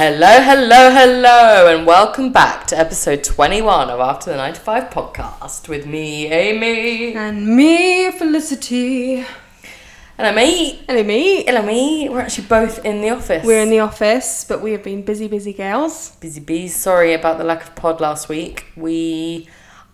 Hello, hello, hello, and welcome back to episode 21 of After the 95 podcast with me, Amy. And me, Felicity. And I'm me. Hello, me. Hello, me. We're actually both in the office. We're in the office, but we have been busy, busy girls. Busy bees. Sorry about the lack of pod last week. We,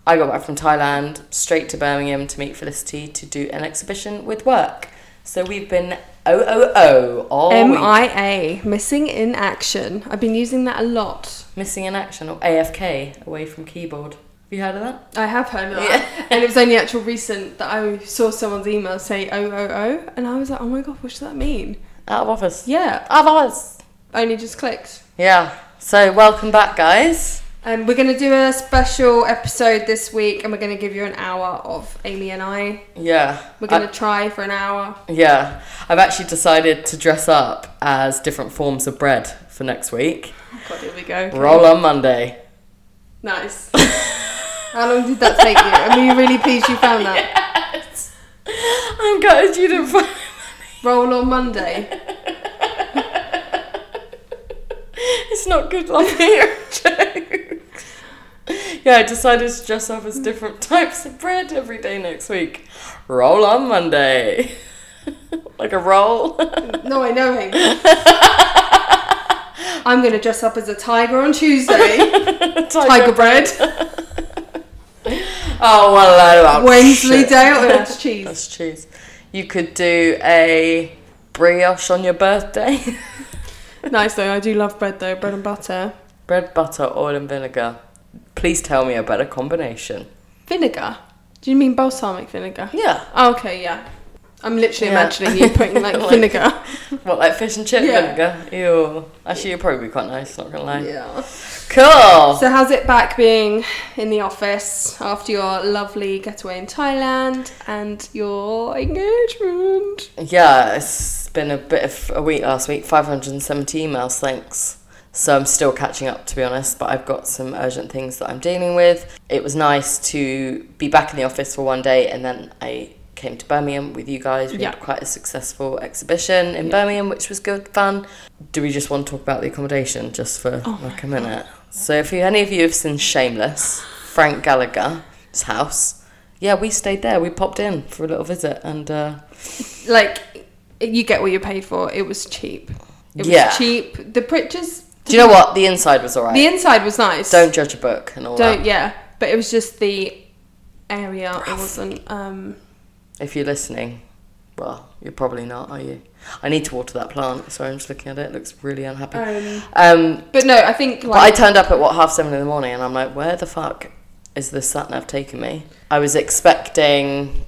I got back from Thailand straight to Birmingham to meet Felicity to do an exhibition with work. So we've been OOO all week. MIA, missing in action. I've been using that a lot. Missing in action or AFK, away from keyboard. Have you heard of that? I have heard of Yeah. that. And it was only actual recent that I saw someone's email say 000, and I was like, oh my god, what does that mean? Out of office. Yeah, Out of office. only just clicked. Yeah. So welcome back, guys. Um, we're going to do a special episode this week, and we're going to give you an hour of Amy and I. Yeah. We're I- going to try for an hour. Yeah, I've actually decided to dress up as different forms of bread for next week. Oh god, here we go. Roll on Monday. Nice. How long did that take you? I mean, you really pleased you found that. I'm gutted you didn't find. Roll on Monday. It's not good laughing at jokes. Yeah, I decided to dress up as different types of bread every day next week. Roll on Monday. like a roll. No, I know him. I'm going to dress up as a tiger on Tuesday. Tiger bread. Oh, well, oh, Wednesday shit. day. Oh, that's cheese. That's cheese. You could do a brioche on your birthday. Nice though. I do love bread though. Bread and butter. Bread, butter, oil, and vinegar. Please tell me a better combination. Vinegar. Do you mean balsamic vinegar? Yeah. Oh, okay, yeah. I'm literally Yeah. imagining you putting like Like- vinegar. What, like fish and chip Yeah. vinegar? Ew. Actually, it'd probably be quite nice, not gonna lie. Yeah. Cool. So how's it back being in the office after your lovely getaway in Thailand and your engagement? Yeah, it's been a bit of a week last week. 570 emails, thanks. So I'm still catching up, to be honest, but I've got some urgent things that I'm dealing with. It was nice to be back in the office for one day and then I came to Birmingham with you guys. We had Yeah. quite a successful exhibition in Birmingham, which was good fun. Do we just want to talk about the accommodation just for like a minute? So if you, any of you have seen Shameless, Frank Gallagher's house, yeah, we stayed there. We popped in for a little visit and uh, Like, you get what you paid for. It was cheap. It was Yeah. cheap. The pictures, Do you know what? The inside was alright. the inside was nice. Don't judge a book and all Don't, that. yeah. But it was just the area. It wasn't, um, If you're listening, well, you're probably not, are you? I need to water that plant. Sorry, I'm just looking at it. It looks really unhappy. um, Um, but no, I think but I like, turned up at what half seven in the morning, and I'm like, where the fuck is this sat nav taking me? I was expecting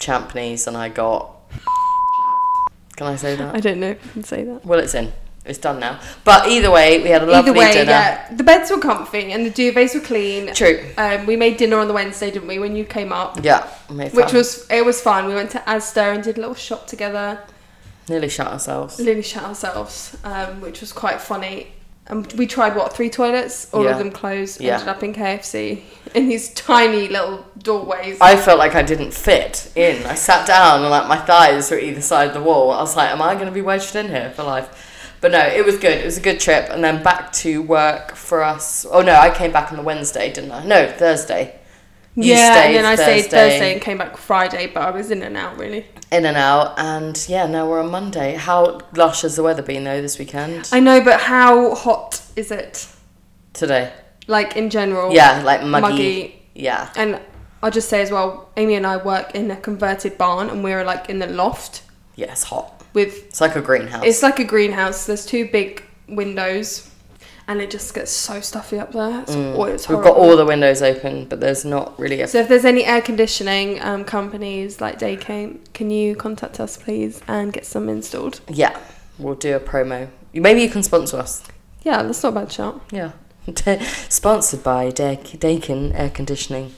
Champneys, and I got. Can I say I, that? don't know if I can say that. Well, it's in. It's done now. But either way, we had a lovely Either way, dinner. yeah. The beds were comfy and the duvets were clean. True. Um, we made dinner on the Wednesday, didn't we, when you came up? Yeah. Made Which fun. was it was fun. We went to Asda and did a little shop together. nearly shot ourselves. Lily shut ourselves, um, which was quite funny. And we tried what three toilets, all Yeah. of them closed. Yeah. Ended up in KFC in these tiny little doorways. I felt like I didn't fit in. I sat down and like my thighs were either side of the wall. I was like, am I going to be wedged in here for life? But no, it was good. It was a good trip. And then back to work for us. Oh no, I came back on the Wednesday, didn't I? No, Thursday. You yeah, stayed and then I stayed Thursday and came back Friday, but I was in and out really. In and out. And yeah, now we're on Monday. How lush has the weather been though this weekend? I know, but how hot is it? Today. Like in general, Yeah, like muggy. Muggy. Yeah. And I'll just say as well, Amy and I work in a converted barn, and we're like in the loft Yeah, it's hot. with It's like a greenhouse. It's like a greenhouse. There's two big windows, and it just gets so stuffy up there. It's, oh, it's Mm. We've horrible. got all the windows open, but there's not really a so if there's any air conditioning um, companies like Daycame, can you contact us please and get some installed? Yeah, we'll do a promo. Maybe you can sponsor us. Yeah, that's not a bad shot. Yeah. Sponsored by Daikin Dakin Air Conditioning.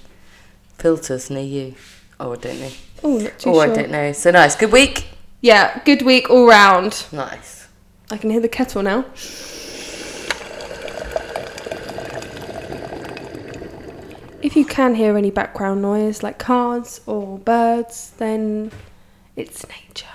Filters near you. Oh, I don't know. Oh, not too Oh, I sure. don't know. So nice. Good week. Yeah, good week all round. Nice. I can hear the kettle now. If you can hear any background noise like cars or birds, then it's nature.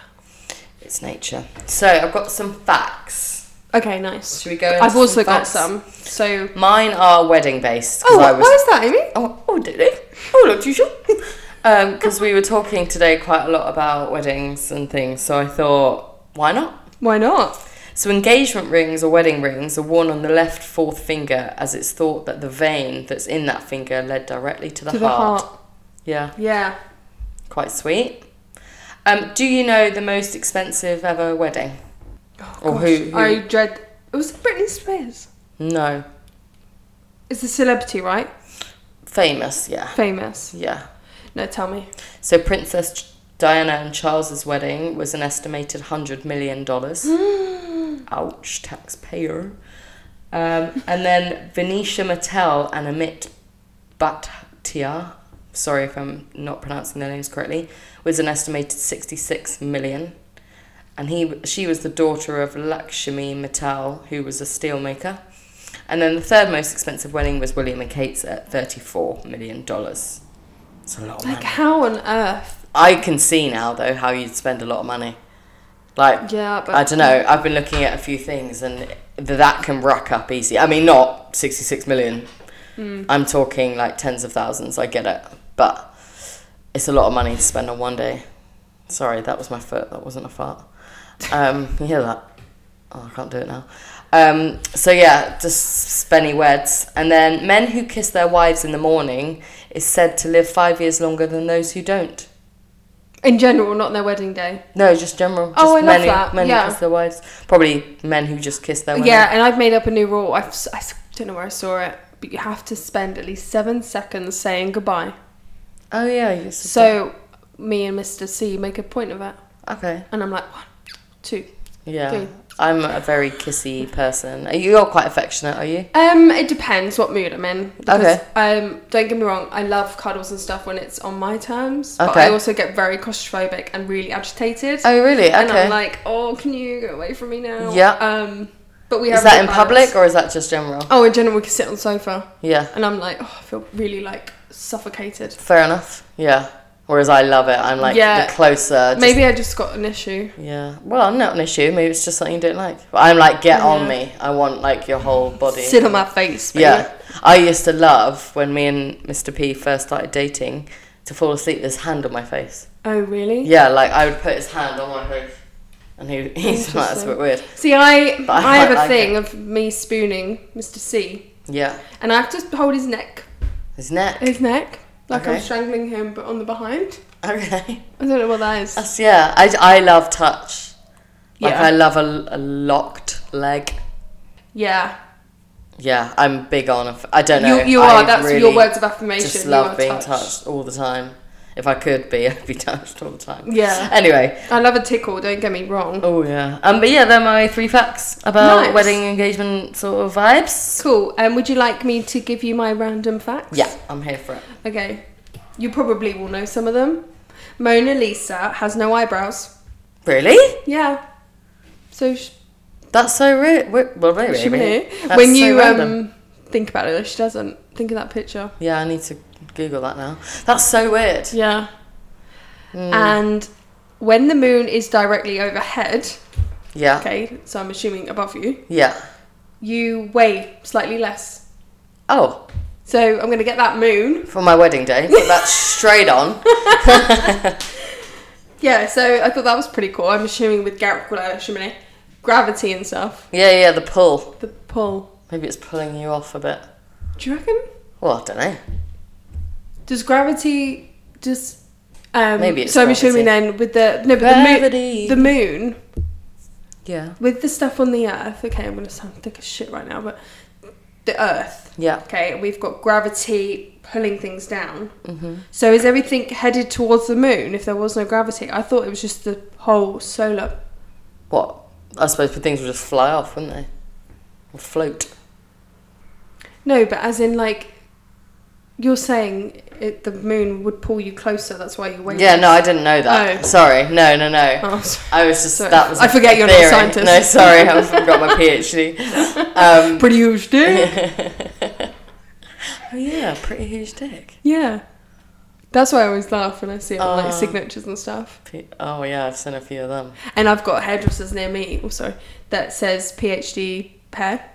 It's nature. So I've got some facts. Okay, nice. Should we go? into I've also got facts? some. So, Mine are wedding based. 'cause oh, I why was is that, Amy? Oh, oh did he? Oh, not you sure? Because Um, we were talking today quite a lot about weddings and things, so I thought, why not? Why not? So, engagement rings or wedding rings are worn on the left fourth finger as it's thought that the vein that's in that finger led directly to the, to the heart. heart. Yeah, Yeah. quite sweet. Um, do you know the most expensive ever wedding? or who? who- Oh, I dread. It was Britney Spears. No. It's a celebrity, right? Famous, yeah. Famous. Yeah. No, tell me. So, Princess Diana and Charles's wedding was an estimated $100 million. Ouch, taxpayer. Um, and then Venetia Mattel and Amit Bhatia, sorry if I'm not pronouncing their names correctly, was an estimated 66 million. And he, she was the daughter of Lakshmi Mittal, who was a steelmaker. And then the third most expensive wedding was William and Kate's at $34 million. It's a lot of Like, money. how on earth? I can see now, though, how you'd spend a lot of money. Like, Yeah, but. I don't know. I've been looking at a few things, and th- that can rack up easy. I mean, not sixty-six million. Hmm. I'm talking like tens of thousands. I get it, but it's a lot of money to spend on one day. Sorry, that was my foot. That wasn't a fart. Um, you hear that? Oh, I can't do it now. Um, so yeah, just spenny weds, and then men who kiss their wives in the morning is said to live five years longer than those who don't. In general, not on their wedding day. No, just general. Just Oh, I love men who, that. Men Yeah. who kiss their wives. Probably men who just kiss their women. Yeah, and I've made up a new rule. I've, si don't know where I saw it, but you have to spend at least seven seconds saying goodbye. Oh yeah. You said So, me and Mr. C make a point of it. that. Okay. And I'm like, one, two. Yeah. Okay. I'm a very kissy person. Are you, you're quite affectionate, are you? Um, it depends what mood I'm in. Because, Okay. Um, don't get me wrong, I love cuddles and stuff when it's on my terms. But Okay. I also get very claustrophobic and really agitated. Oh really? And Okay. I'm like, oh, can you go away from me now? Yeah. Um, but we have. is a that good in balance. public or is that just general? Oh, in general, we can sit on the sofa, Yeah. and I'm like, oh, I feel really like suffocated. Fair enough. Yeah. Whereas I love it. I'm like Yeah. the closer. Just, Maybe I just got an issue. Yeah. Well, not an issue. Maybe it's just something you don't like. But I'm like, get Yeah. on me. I want like your whole body. Sit on my face. baby. Yeah. I used to love when me and Mr. P first started dating to fall asleep with his hand on my face. Oh, really? Yeah, like I would put his hand on my face. And he, he's like, that's a bit weird. See, I But I I, have a quite like thing of me spooning Mr. C, Yeah. and I have to hold his neck, His neck. his neck, like I'm Okay. strangling him, but on the behind. Okay. I don't know what that is. That's, yeah. I, I love touch. Like, Yeah. I love a, a locked leg. yeah, Yeah, I'm big on. A, I don't know. you you I are. That's your really words of affirmation. Just you love are being touched. touched all the time. If I could be, I'd be touched all the time. Yeah. Anyway, I love a tickle. Don't get me wrong. Oh yeah. Um, but yeah, they're my three facts about Nice. wedding engagement sort of vibes. Cool. Um, would you like me to give you my random facts? Yeah, I'm here for it. Okay. You probably will know some of them. Mona Lisa has no eyebrows. Really? Yeah. So sh- That's so rude. Well, really, she knew. really. That's when so you random. um think about it, she doesn't. Think of that picture. Yeah, I need to Google that now. That's so weird. Yeah. Hmm. And when the moon is directly overhead, Yeah. okay, so I'm assuming above you, Yeah. you weigh slightly less. Oh, So I'm gonna get that moon. for my wedding day. That's straight on. Yeah, so I thought that was pretty cool. I'm assuming with Garrett Goulet, Chimney, gravity and stuff, Yeah, yeah. The pull. the pull. Maybe it's pulling you off a bit. Do you reckon? Well, I don't know. Does gravity just? Um, Maybe it's so. I'm gravity. assuming then with the no, but the moon, Gravity. the moon Yeah. with the stuff on the Earth. Okay, I'm gonna sound thick as shit right now, but the Earth. Yeah. Okay, we've got gravity pulling things down. Mm-hmm. So is everything headed towards the moon if there was no gravity? I thought it was just the whole solar. What? I suppose things would just fly off, wouldn't they? Or float. No, but as in like you're saying it, the moon would pull you closer. That's why you wait. Yeah, no, I didn't know that. Oh. Sorry, no, no, no. Oh, sorry. I was just Sorry. that was. I a forget you're not a theory. scientist. No, sorry, I haven't got my PhD. Um, Pretty huge, dude. oh yeah, pretty huge dick. yeah. That's why I always laugh when I see it on Ah. like signatures and stuff. P- Oh yeah, I've seen a few of them. And I've got hairdressers near me also that says PhD hair,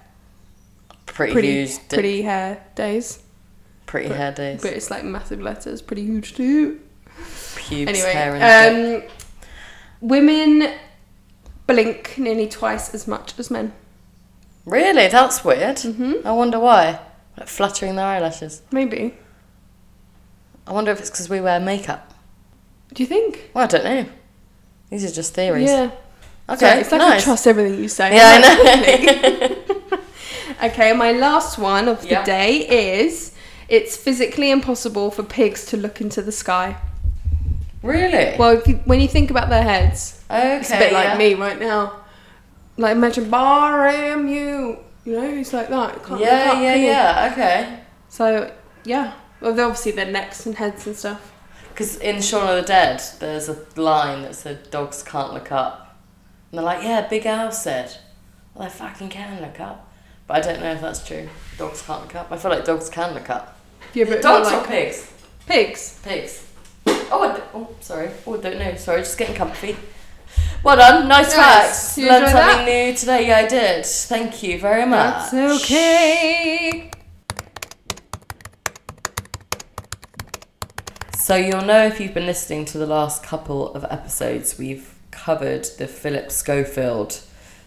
Pretty, pretty huge, di- pretty, pretty hair days, hair days, but it's like massive letters, pretty huge too. pubes, hair and dick. Anyway, um, women blink nearly twice as much as men. Really, that's weird. Mhm. I wonder why. Like fluttering their eyelashes. Maybe. I wonder if it's because we wear makeup. Do you think? Well, I don't know. These are just theories. Yeah. Okay, Sorry, it's like I nice. trust everything you say. Yeah, I I'm like, know. Okay, my last one of the Yeah. day is it's physically impossible for pigs to look into the sky. really? Well, if you, when you think about their heads, okay, it's a bit yeah. like me right now. Like imagine, bar am you? You know, it's like that. You Can't look Yeah, up, yeah, can you? yeah. Okay. So yeah, well, they're obviously their necks and heads and stuff. Because in Shaun of the Dead, there's a line that said dogs can't look up, and they're like, "Yeah, Big Al said." Well, they fucking can look up, but I don't know if that's true. Dogs can't look up. I feel like dogs can look up. Yeah, but they're dogs like or pigs? pigs. Pigs. Oh, I d- oh, sorry. Oh, I don't know. Sorry, just getting comfy. Well done. Nice, Nice. facts. You Learned enjoyed something new today. Yeah, I did. Thank you very much. That's okay. So you'll know if you've been listening to the last couple of episodes, we've covered the Philip Schofield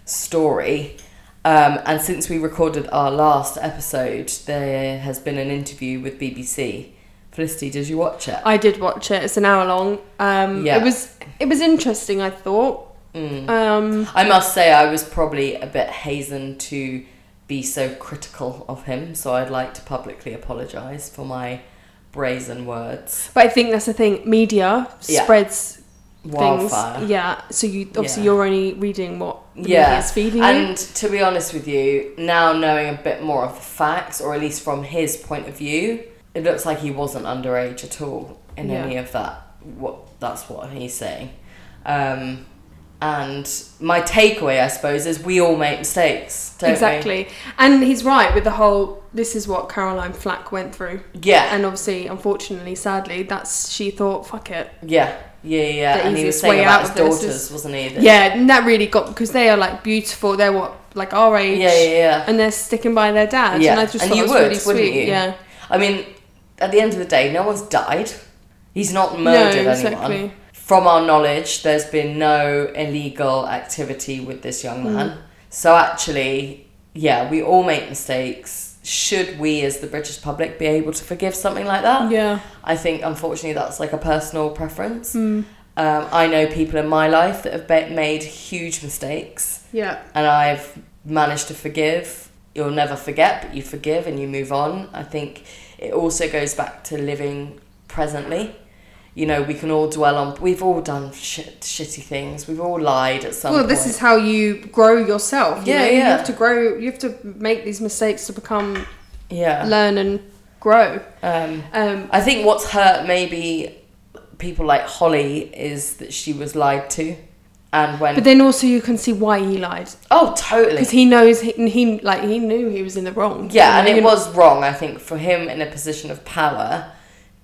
story. Um, and since we recorded our last episode, there has been an interview with BBC. Felicity, did you watch it? I did watch it. It's an hour long. Um, Yeah. It was it was interesting. I thought. Um, Mm. I must say, I was probably a bit hazen to be so critical of him, so I'd like to publicly apologise for my brazen words. but I think that's the thing. Media Yeah. spreads Wildfire. things. Yeah. So you obviously Yeah. you're only reading what the yeah. media's feeding you. And to be honest with you, now knowing a bit more of the facts, or at least from his point of view, it looks like he wasn't underage at all in Yeah. any of that. What that's what he's saying. Um, and my takeaway, I suppose, is we all make mistakes, don't we? Exactly. And he's right with the whole this is what Caroline Flack went through. Yeah, And obviously, unfortunately, sadly, that's she thought, fuck it. yeah, yeah, yeah. The and he was easiest saying way about out his of this daughters, is- wasn't he? That- Yeah, and that really got because they are like beautiful. They're what like our age. yeah, yeah, yeah. And they're sticking by their dad. Yeah, And I just and thought you it was would, really wouldn't sweet. you? Yeah. I mean, at the end of the day, no one's died. He's not murdered no, anyone. exactly. from our knowledge, there's been no illegal activity with this young Hmm. man. So actually, yeah, we all make mistakes. Should we, as the British public, be able to forgive something like that? Yeah. I think, unfortunately, that's like a personal preference. Hmm. Um, I know people in my life that have ba- made huge mistakes, Yeah. and I've managed to forgive. You'll never forget, but you forgive and you move on. I think it also goes back to living presently. You know, we can all dwell on. We've all done shit, shitty things. We've all lied at some well, point. this is how you grow yourself. you Yeah, know? You yeah. have to grow. You have to make these mistakes to become, yeah. learn and grow. Um, Um, I think what's hurt maybe people like Holly is that she was lied to, and when but then also you can see why he lied oh totally because he knows he, he like he knew he was in the wrong. Yeah, and You it know? was wrong, I think, for him in a position of power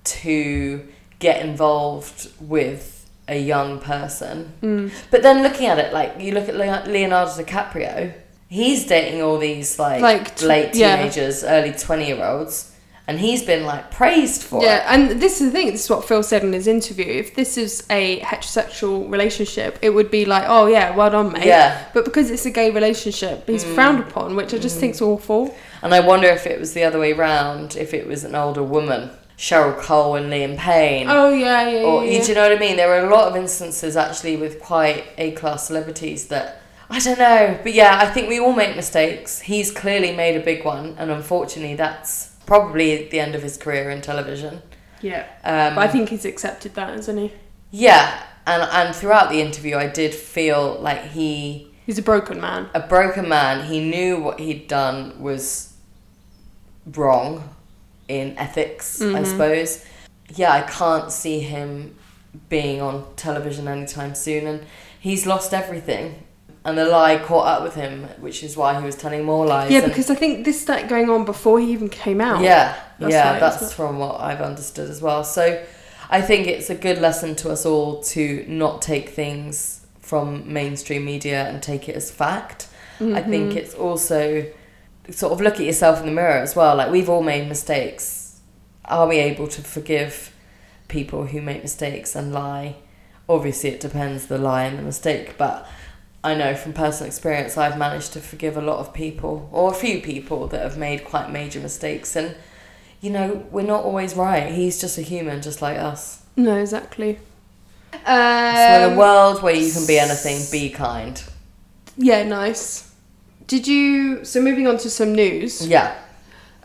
to get involved with a young person. Mm. But then looking at it, like, you look at Lea- Leonardo DiCaprio, he's dating all these, like, Like, tw- late yeah. teenagers, early 20 year olds, and he's been, like, praised for Yeah, it. and this is the thing. This is what Phil said in his interview. If this is a heterosexual relationship, it would be like, oh yeah, well done, mate. Yeah. Mm. But because it's a gay relationship, he's frowned upon, which I just think's awful. And I wonder if it was the other way round, if it was an older woman, Cheryl Cole and Liam Payne. Oh yeah, yeah, or yeah. you yeah. do you know what I mean? There are a lot of instances actually with quite A class celebrities that I don't know, but yeah, I think we all make mistakes. He's clearly made a big one, and unfortunately, that's probably the end of his career in television. yeah. Um, But I think he's accepted that, hasn't he? yeah, and and throughout the interview, I did feel like he He's a broken man. a broken man. He knew what he'd done was wrong in ethics, Mm-hmm. I suppose. Yeah, I can't see him being on television anytime soon, and he's lost everything. And the lie caught up with him, which is why he was telling more lies. Yeah, and- because I think this started going on before he even came out. yeah, That's yeah, right, that's isn't from what I've understood as well. So I think it's a good lesson to us all to not take things from mainstream media and take it as fact. I think Mm-hmm. it's also sort of look at yourself in the mirror as well. Like we've all made mistakes. Are we able to forgive people who make mistakes and lie? Obviously, it depends the lie and the mistake, but I know from personal experience I've managed to forgive a lot of people or a few people that have made quite major mistakes and you know, we're not always right. He's just a human just like us. No, exactly. Um, so in a world where you can be anything, be kind. yeah, nice. Did you? So moving on to some news. Yeah.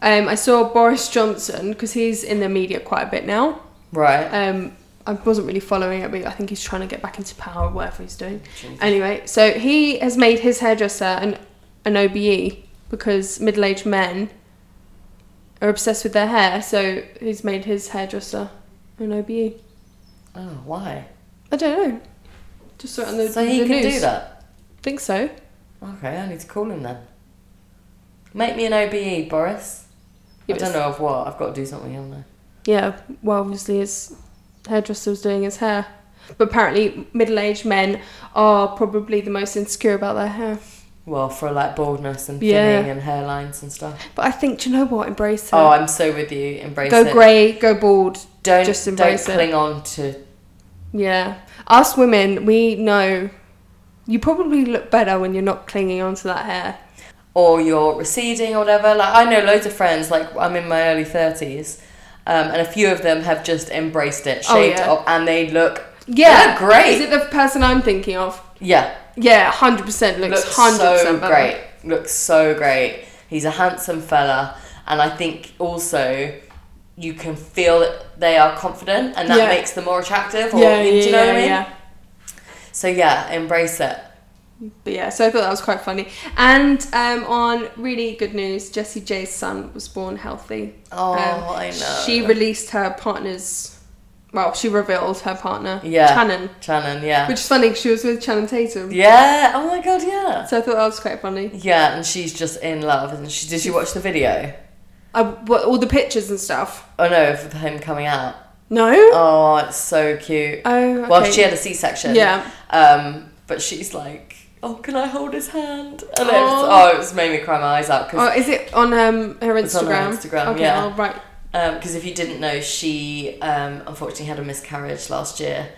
Um, I saw Boris Johnson because he's in the media quite a bit now. Right. Um, I wasn't really following it, but I think he's trying to get back into power, whatever he's doing. Jesus. Anyway, so he has made his hairdresser an, an OBE because middle aged men are obsessed with their hair, so he's made his hairdresser an E. OBE. Oh, why? I don't know. Just saw it on the so he the can news. do that. think so. Okay, I need to call him then. Make me an OBE, Boris. Yeah, I but don't know of what. I've got to do something, haven't I? Yeah, well, obviously his hairdresser was doing his hair. But apparently, middle aged men are probably the most insecure about their hair. Well, for like baldness and thinning Yeah. and hairlines and stuff. But I think, do you know what? Embrace it. Oh, I'm so with you. Embrace go it. grey, go bald. Don't just don't embrace it. cling on to. Yeah. Us women, we know you probably look better when you're not clinging onto that hair. or you're receding or whatever. Like I know loads of friends, like I'm in my early thirties, um, and a few of them have just embraced it, Oh, shaved yeah. it off, and they look Yeah. look great. Is it the person I'm thinking of? yeah, Yeah, 100% looks, looks 100% so better. great. Looks so great. He's a handsome fella, and I think also you can feel that they are confident, and that Yeah. makes them more attractive. Or, Yeah, do yeah, you know yeah, what I mean? yeah. So yeah, embrace it. But yeah, so I thought that was quite funny. And um, on really good news, Jesse J's son was born healthy. Oh, Um, I know. She released her partner's, well, she revealed her partner, Yeah. Channon. Shannon, yeah, Which is funny 'cause she was with Channon Tatum. yeah. Oh my god, yeah. So I thought that was quite funny. Yeah, and she's just in love. And she did you watch the video? I, Uh, what, all the pictures and stuff. Oh no, of him coming out. No. Oh, it's so cute. oh. Okay. Well, she had a C-section. Yeah. Um, but she's like, oh, can I hold his hand? And it was, Aw. oh, it was made me cry my eyes out because Oh, is it on um her Instagram? It's on her Instagram, Okay, yeah. I'll write. because um, if you didn't know, she um, unfortunately had a miscarriage last year.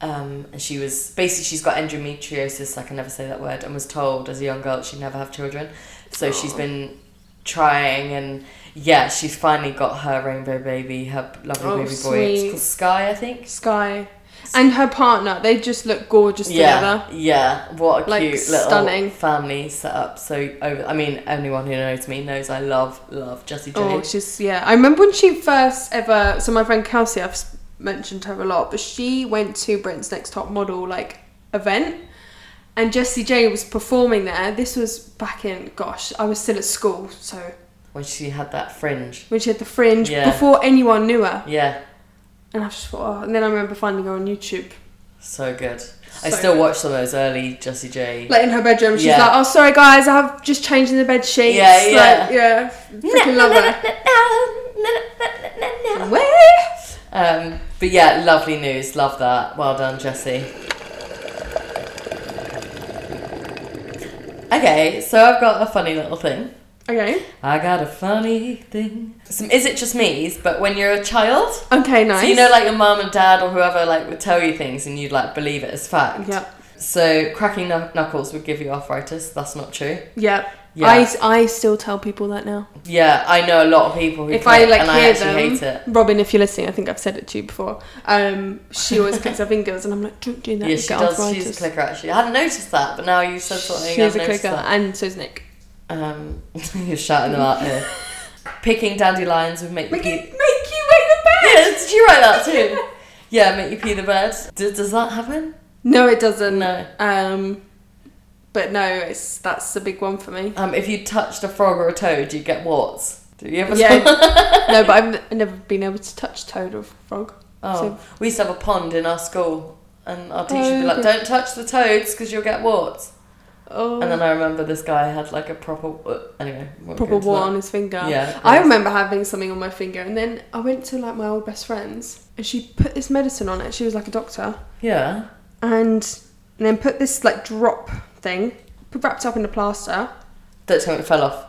Um, and she was basically she's got endometriosis. I can never say that word, and was told as a young girl she'd never have children. So she's Aw. been trying, and yeah, she's finally got her rainbow baby, her lovely Oh, baby boy. It's sweet. called Sky, I think. Sky and her partner. They just look gorgeous together. Yeah, yeah. What a Like, cute little stunning. family set up. So, over, I mean, anyone who knows me knows I love, love Jessie J. Oh, she's yeah. I remember when she first ever. So my friend Kelsey, I've s- mentioned her a lot, but she went to Britain's Next Top Model like event, and Jessie J was performing there. This was back in gosh, I was still at school, so when she had that fringe. when she had the fringe Yeah. before anyone knew her, Yeah, and I just thought, oh. and then I remember finding her on YouTube. so good. I So still good. watch some of those early Jessie J. like in her bedroom. She's Yeah. like, "Oh, sorry guys, I've just changed in the bed sheets." Yeah, Like, yeah. Freaking love her. Um, but yeah, lovely news. Love that. Well done, Jessie. Okay, so I've got a funny little thing. Okay. I got a funny thing. Some is it just me's, but when you're a child, Okay. Nice. so you know, like your mum and dad or whoever, like would tell you things and you'd like believe it as fact. Yep. So cracking knuck- knuckles would give you arthritis. That's not true. Yep. Yeah. I, I still tell people that now. Yeah, I know a lot of people who If crack- I like and hear I actually them, hate it. Robin, if you're listening, I think I've said it to you before. Um, she always clicks her fingers, and I'm like, don't do that. yeah, you she get does. arthritis." She's a clicker actually. I hadn't noticed that, but now you said something. She's I've a noticed clicker, That. and so's Nick. Um, you're shouting them out here. Picking dandelions would make, Make you you, pee. make you wait the Yeah, bed. did you write that too? yeah, make you pee the bed. Does, does that happen? No, it doesn't. No. Um, but no, it's that's a big one for me. Um, if you touched a frog or a toad, you'd get warts. Did you ever? Yeah. no, but I've n- never been able to touch toad or frog. Oh, So- we used to have a pond in our school, and our teacher would be Oh, like, okay. "Don't touch the toads because you'll get warts." Oh, And then I remember this guy had like a proper uh, anyway. won't go proper into war that. on his finger. Yeah, I gross. remember having something on my finger, and then I went to like my old best friend's, and she put this medicine on it. She was like a doctor, Yeah. and and then put this like drop thing wrapped up in a plaster. That time it fell off.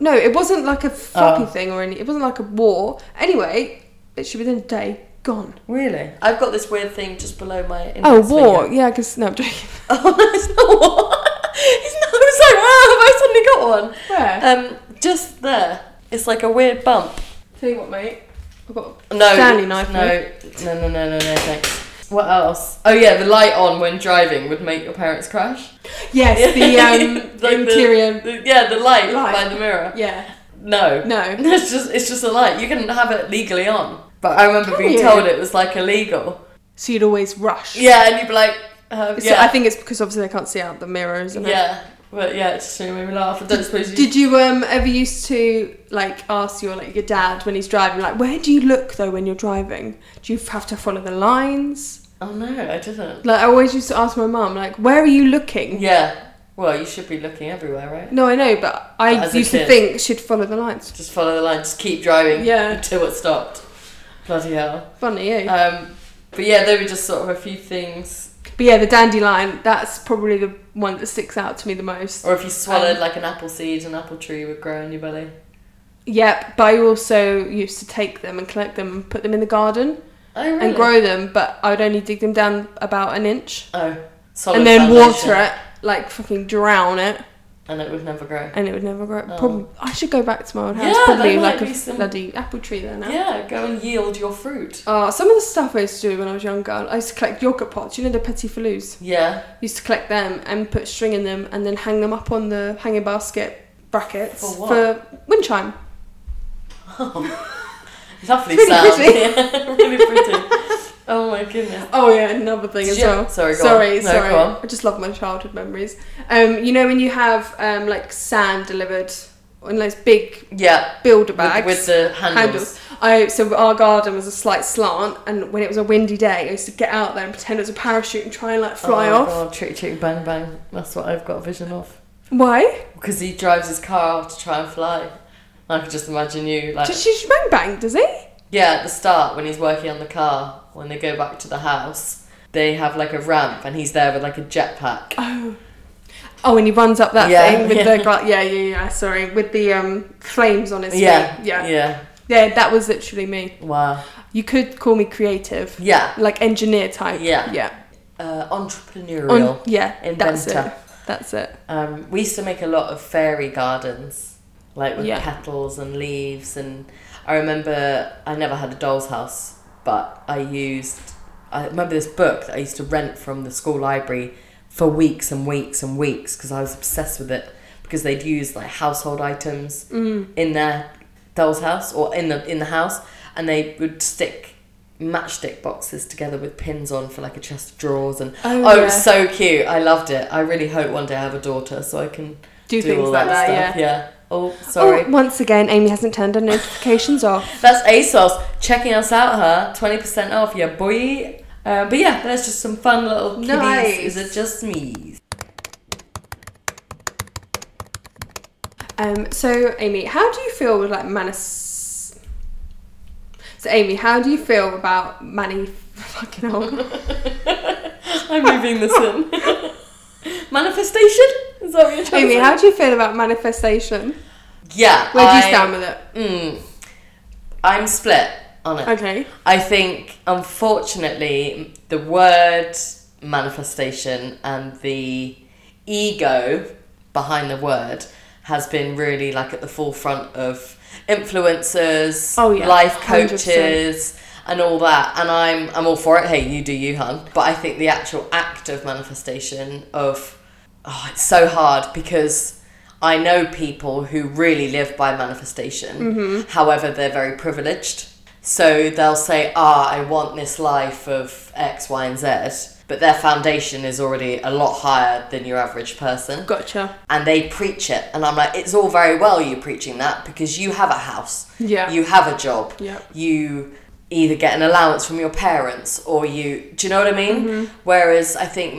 No, it wasn't like a floppy Oh. thing or any. It wasn't like a war. Anyway, it should within a day gone. Really? I've got this weird thing just below my. Oh, index war. finger. Yeah, because no, I'm joking. Oh, no, it's not war. It's not. I was like, wow, have I suddenly got one? Where? Um, just there. It's like a weird bump. Tell you what, mate. I've got. No. Stanley knife, No. No. No. No. No. No. Thanks. What else? Oh yeah, the light on when driving would make your parents crash. Yes, the um, Like the- interior. The- yeah, the light, Light. by the mirror. Yeah. No. No. It's just it's just a light. You can have it legally on. But I remember Can being you? told it was like illegal. So you'd always rush. Yeah, and you'd be like, uh, So yeah, I think it's because obviously they can't see out the mirrors. And yeah. But yeah, it just really made me laugh. I don't suppose you. Did you um ever used to like ask your like your dad when he's driving like where do you look though when you're driving? Do you have to follow the lines? oh no, I didn't. Like I always used to ask my mum like where are you looking? Yeah. Well, you should be looking everywhere, right? No, I know, but I But as a used to kid- think she'd follow the lines. Just follow the line. Just keep driving. Yeah. Until it stopped. Bloody hell. Funny eh? you. Um, but yeah, they were just sort of a few things. but yeah, the dandelion. That's probably the one that sticks out to me the most. Or if you swallowed Um, like an apple seed, an apple tree would grow in your belly. Yep, but I also used to take them and collect them and put them in the garden Oh really? and grow them. But I would only dig them down about an inch Oh. Solid and then foundation. water it like fucking drown it. And it would never grow. and it would never grow. Oh. Probably, I should go back to my old house. Yeah, there probably might like be a some- bloody apple tree there now. Yeah, go and yield your fruit. Uh, some of the stuff I used to do when I was younger, I used to collect yogurt pots. You know the petit falus. Yeah. Used to collect them and put string in them and then hang them up on the hanging basket brackets For what? for wind chime. Lovely Really sound. pretty. Yeah, really pretty. oh my goodness. Oh yeah, another thing Did as you- well. sorry, go on. sorry, No, go sorry. on. I just love my childhood memories. Um, you know when you have um like sand delivered in those big Yeah. builder With, bags with the handles. handles. I so our garden was a slight slant, and when it was a windy day, I used to get out there and pretend it was a parachute and try and like fly oh off. God, trick, trick, bang, bang. That's what I've got a vision of. Why? Because he drives his car off to try and fly. And I could just imagine you, like, Does she bang bang? Does he? yeah, at the start when he's working on the car, when they go back to the house, they have like a ramp and he's there with like a jetpack. Oh, and he runs up that Yeah, thing with yeah. the gla- yeah, yeah, yeah. Sorry, with the um flames on his Yeah, feet. Yeah, yeah, yeah. That was literally me. Wow. You could call me creative, Yeah. like engineer type. Yeah. yeah, Uh, On- entrepreneurial. yeah. That's it. Inventor. That's it. Um, we used to make a lot of fairy gardens, like with Yeah. petals and leaves. And I remember I never had a doll's house, but I used. I remember this book that I used to rent from the school library for weeks and weeks and weeks because I was obsessed with it because they'd use like household items in their doll's house or in the in the house, and they would stick matchstick boxes together with pins on for like a chest of drawers and Oh, Oh, it yeah. was so cute. I loved it. I really hope one day I have a daughter so I can do, things all like that. stuff. yeah. Oh, sorry. Oh, once again, Amy hasn't turned her notifications off. That's ASOS checking us out, her. 20% off, yeah, boy. Uh, but yeah, there's just some fun little kiddies. Nice. Is it just me? Um, so Amy, how do you feel with like manis? So Amy, how do you feel about mani? Fucking hell. I'm moving this in. Manifestation? Is that what you're trying Amy, to say? how do you feel about manifestation? Yeah. Where do you I- stand with it? Mm, I'm split on it. Okay. I think, unfortunately, the word manifestation and the ego behind the word has been really like at the forefront of influencers, Oh, yeah, life 100%. coaches, and all that. And I'm I'm all for it. Hey, you do you, hun. But I think the actual act of manifestation of oh, it's so hard because I know people who really live by manifestation. Mm-hmm. However, they're very privileged. So they'll say, ah, I want this life of X, Y, and Z. But their foundation is already a lot higher than your average person Gotcha. and they preach it and i'm like it's all very well you preaching that because you have a house Yeah. you have a job Yeah. you either get an allowance from your parents or you do you know what I mean? Whereas I think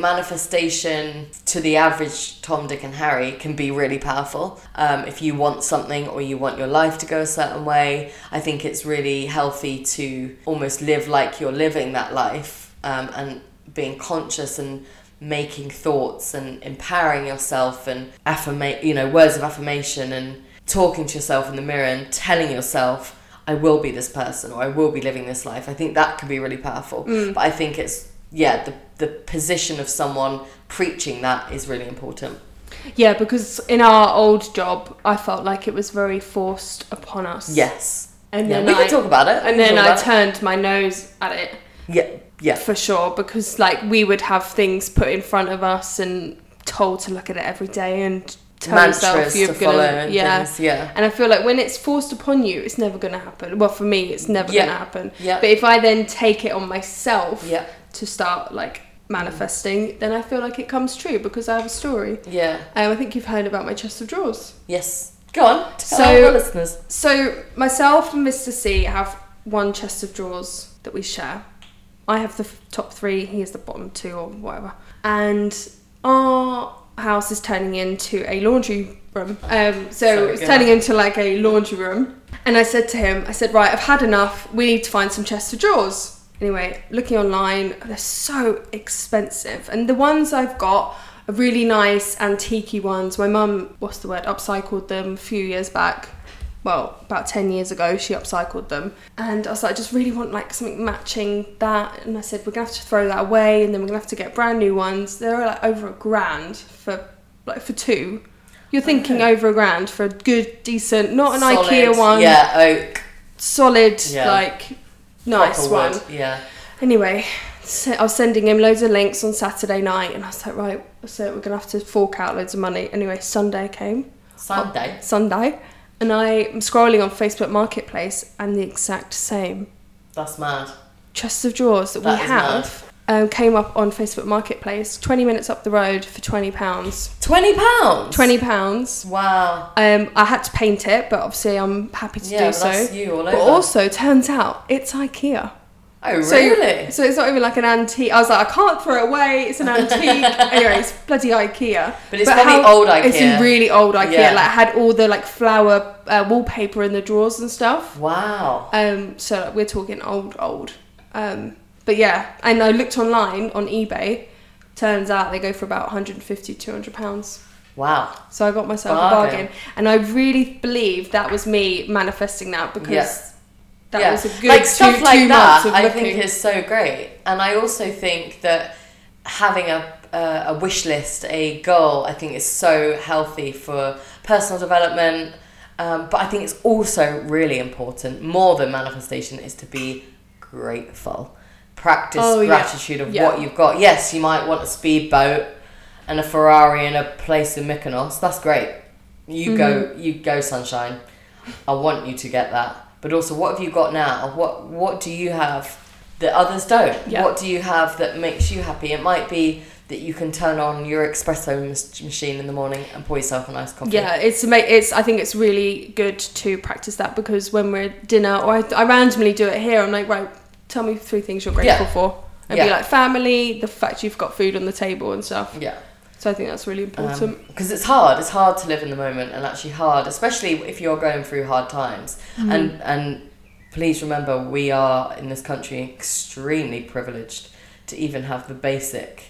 manifestation to the average Tom, Dick and Harry can be really powerful. Um, if you want something or you want your life to go a certain way, I think it's really healthy to almost live like you're living that life um, and being conscious and making thoughts and empowering yourself and affirmate you know words of affirmation and talking to yourself in the mirror and telling yourself I will be this person or I will be living this life. I think that can be really powerful. Mm. But I think it's yeah, the the position of someone preaching that is really important. Yeah, because in our old job, I felt like it was very forced upon us. Yes. And Yeah, then we I- can talk about it. We can And then talk I about it. turned my nose at it Yeah, yeah. for sure because like we would have things put in front of us and told to look at it every day and tell yourself Mantras you're to gonna follow and yeah. things. Yeah. And I feel like when it's forced upon you, it's never gonna happen. Well, for me, it's never Yeah. gonna happen. Yeah. But if I then take it on myself Yeah. to start like manifesting, then I feel like it comes true because I have a story. Yeah. Um, I think you've heard about my chest of drawers. Yes. Go on. Tell So- our listeners. So myself and Mr. C have one chest of drawers that we share. I have the f- top three, he has the bottom two or whatever. And our house is turning into a laundry room. Um, So so it's good. turning into like a laundry room. And I said to him, I said, right, I've had enough. We need to find some chest of drawers. Anyway, looking online, they're so expensive. And the ones I've got are really nice antique ones. My mum, what's the word, upcycled them a few years back well, about 10 years ago, she upcycled them. And I was like, I just really want like something matching that. And I said, we're gonna have to throw that away and then we're gonna have to get brand new ones. They're like over a grand for like for two. You're thinking over a grand for a good, decent, not an Solid, IKEA one, Yeah, oak. solid, Yeah. like nice proper one. wood, Yeah. Anyway, so I was sending him loads of links on Saturday night and I was like, right, so we're gonna have to fork out loads of money. Anyway, Sunday came. Sunday. Sunday, and I'm scrolling on Facebook Marketplace, and the exact same That's mad. chest of drawers that, That we is have um, came up on Facebook Marketplace, 20 minutes up the road for 20 pounds. Twenty pounds. 20 pounds. Wow. Um, I had to paint it, but obviously I'm happy to Yeah, do but so. that's you all but over. also, turns out it's IKEA. Oh really? So, so it's not even like an antique. I was like, I can't throw it away. It's an antique. anyway, it's bloody IKEA. But it's probably old It's IKEA. a really old IKEA. Yeah. Like had all the like flower uh, wallpaper in the drawers and stuff. wow. Um, so like, we're talking old, old. Um, but yeah, and I looked online on eBay. Turns out they go for about 150, 200 pounds. Wow. So I got myself Bargain. a bargain, and I really believe that was me manifesting that because Yeah. that was a good like two, stuff like two that. months of I looking. think is so great, and I also think that having a uh, a wish list, a goal, I think is so healthy for personal development. Um, but I think it's also really important, more than manifestation, is to be grateful. Practice Oh, yeah. gratitude of Yeah. what you've got. Yes, you might want a speedboat and a Ferrari and a place in Mykonos. That's great. You go, Mm-hmm. you go, sunshine. I want you to get that. But also, what have you got now? What What do you have that others don't? Yeah. What do you have that makes you happy? It might be that you can turn on your espresso mas- machine in the morning and pour yourself a nice coffee. Yeah, it's ama- it's. I think it's really good to practice that because when we're at dinner, or I, I randomly do it here. I'm like, right, tell me three things you're grateful Yeah. for, and be Yeah. like family, the fact you've got food on the table and stuff. yeah. So I think that's really because important. Um, it's hard it's hard to live in the moment and actually hard especially if you're going through hard times and and please remember we are in this country extremely privileged to even have the basic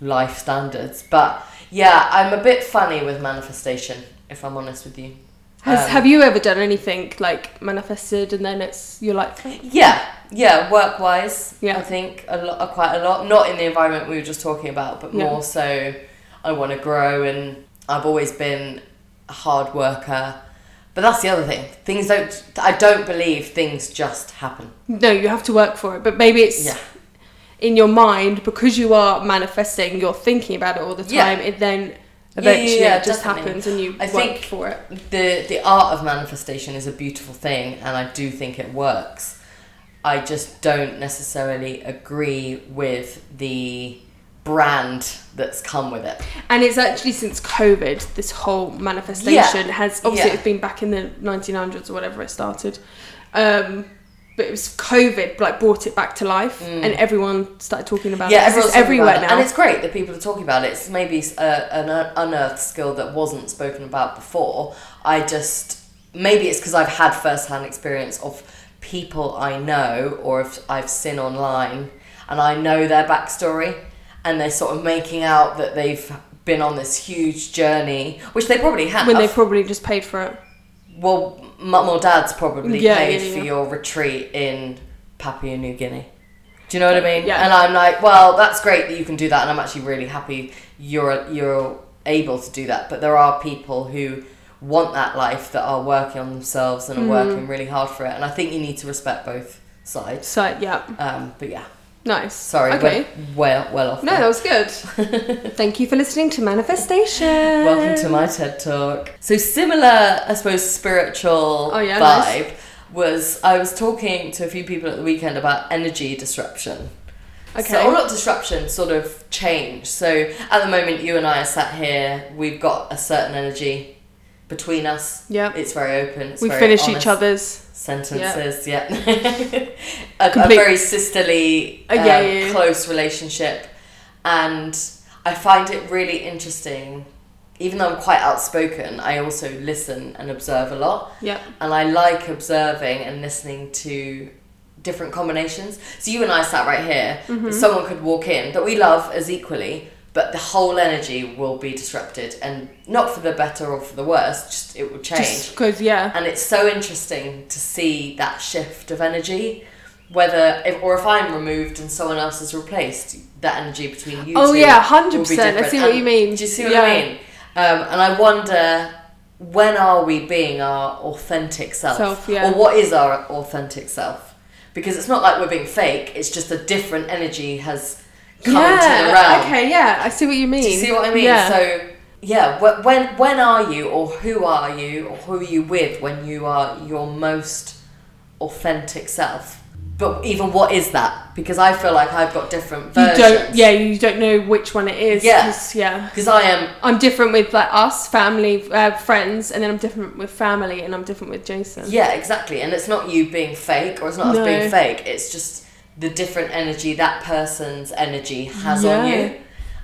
life standards but yeah i'm a bit funny with manifestation if i'm honest with you Has, um, have you ever done anything like manifested and then it's you're like, Yeah, yeah, work wise, Yeah. I think a lot, uh, quite a lot. Not in the environment we were just talking about, but Yeah. more so, I want to grow, and I've always been a hard worker. But that's the other thing. Things don't. I don't believe things just happen. no, you have to work for it. But maybe it's Yeah. in your mind because you are manifesting, you're thinking about it all the Yeah. time. It then Yeah, yeah, eventually yeah, it just definitely. happens and you I work think- for it. the the art of manifestation is a beautiful thing and I do think it works. I just don't necessarily agree with the brand that's come with it. And it's actually since COVID, this whole manifestation has obviously Yeah. it's been back in the 1900s or whatever it started. Um, but it was COVID like brought it back to life, and everyone started talking about Mm. yeah, it. 'cause everyone's it's talking everywhere about it. now. and it's great that people are talking about it. It's maybe s- a, an un- unearthed skill that wasn't spoken about before. I just maybe it's because I've had first-hand experience of people I know or if I've seen online, and I know their backstory, and they're sort of making out that they've been on this huge journey, which they probably have. when they probably just paid for it. well, mum or dad's probably Yeah, paid yeah, yeah. for your retreat in Papua New Guinea. Do you know what I mean? Yeah. And I'm like, well, that's great that you can do that, and I'm actually really happy you're you're able to do that. But there are people who want that life that are working on themselves Hmm. and are working really hard for it, and I think you need to respect both sides. So yeah, Um, but yeah, nice. sorry, Okay. we're well, well off. No, there. that was good. Thank you for listening to Manifestation. Welcome to my TED Talk. So similar, I suppose, spiritual Oh, yeah, vibe nice. was I was talking to a few people at the weekend about energy disruption. Okay. So, or not disruption, sort of change. So at the moment, you and I are sat here. We've got a certain energy between us. Yeah. It's very open. It's we very finish each honest other's. sentences. Yeah, a, a Complete- very sisterly, Uh, yeah, um, yeah, yeah. close relationship, and I find it really interesting. Even though I'm quite outspoken, I also listen and observe a lot, Yeah. and I like observing and listening to different combinations. So you and I sat right here. Mm-hmm. but Someone could walk in that we love as equally. But the whole energy will be disrupted, and not for the better or for the worse. Just it will change. Just because, yeah. And it's so interesting to see that shift of energy, whether if, or if I'm removed and someone else is replaced, that energy between you. Oh, two yeah, will be 100%. I different. see what And you mean. Do you see what I Yeah. mean? Um, and I wonder when are we being our authentic self, Self, yeah. or what is our authentic self? Because it's not like we're being fake. It's just a different energy has come into the yeah. realm. Okay. Yeah. I see what you mean. Do you see what I mean? Yeah. So yeah, wh- when when are you or who are you or who are you with when you are your most authentic self? But even what is that? Because I feel like I've got different you versions. don't. Yeah. You don't know which one it is. Yeah. 'cause, Yeah. Because I am I'm different with like us, family, uh, friends, and then I'm different with family, and I'm different with Jason. Yeah, exactly. And it's not you being fake or it's not No. us being fake. It's just the different energy that person's energy has on Yeah. you.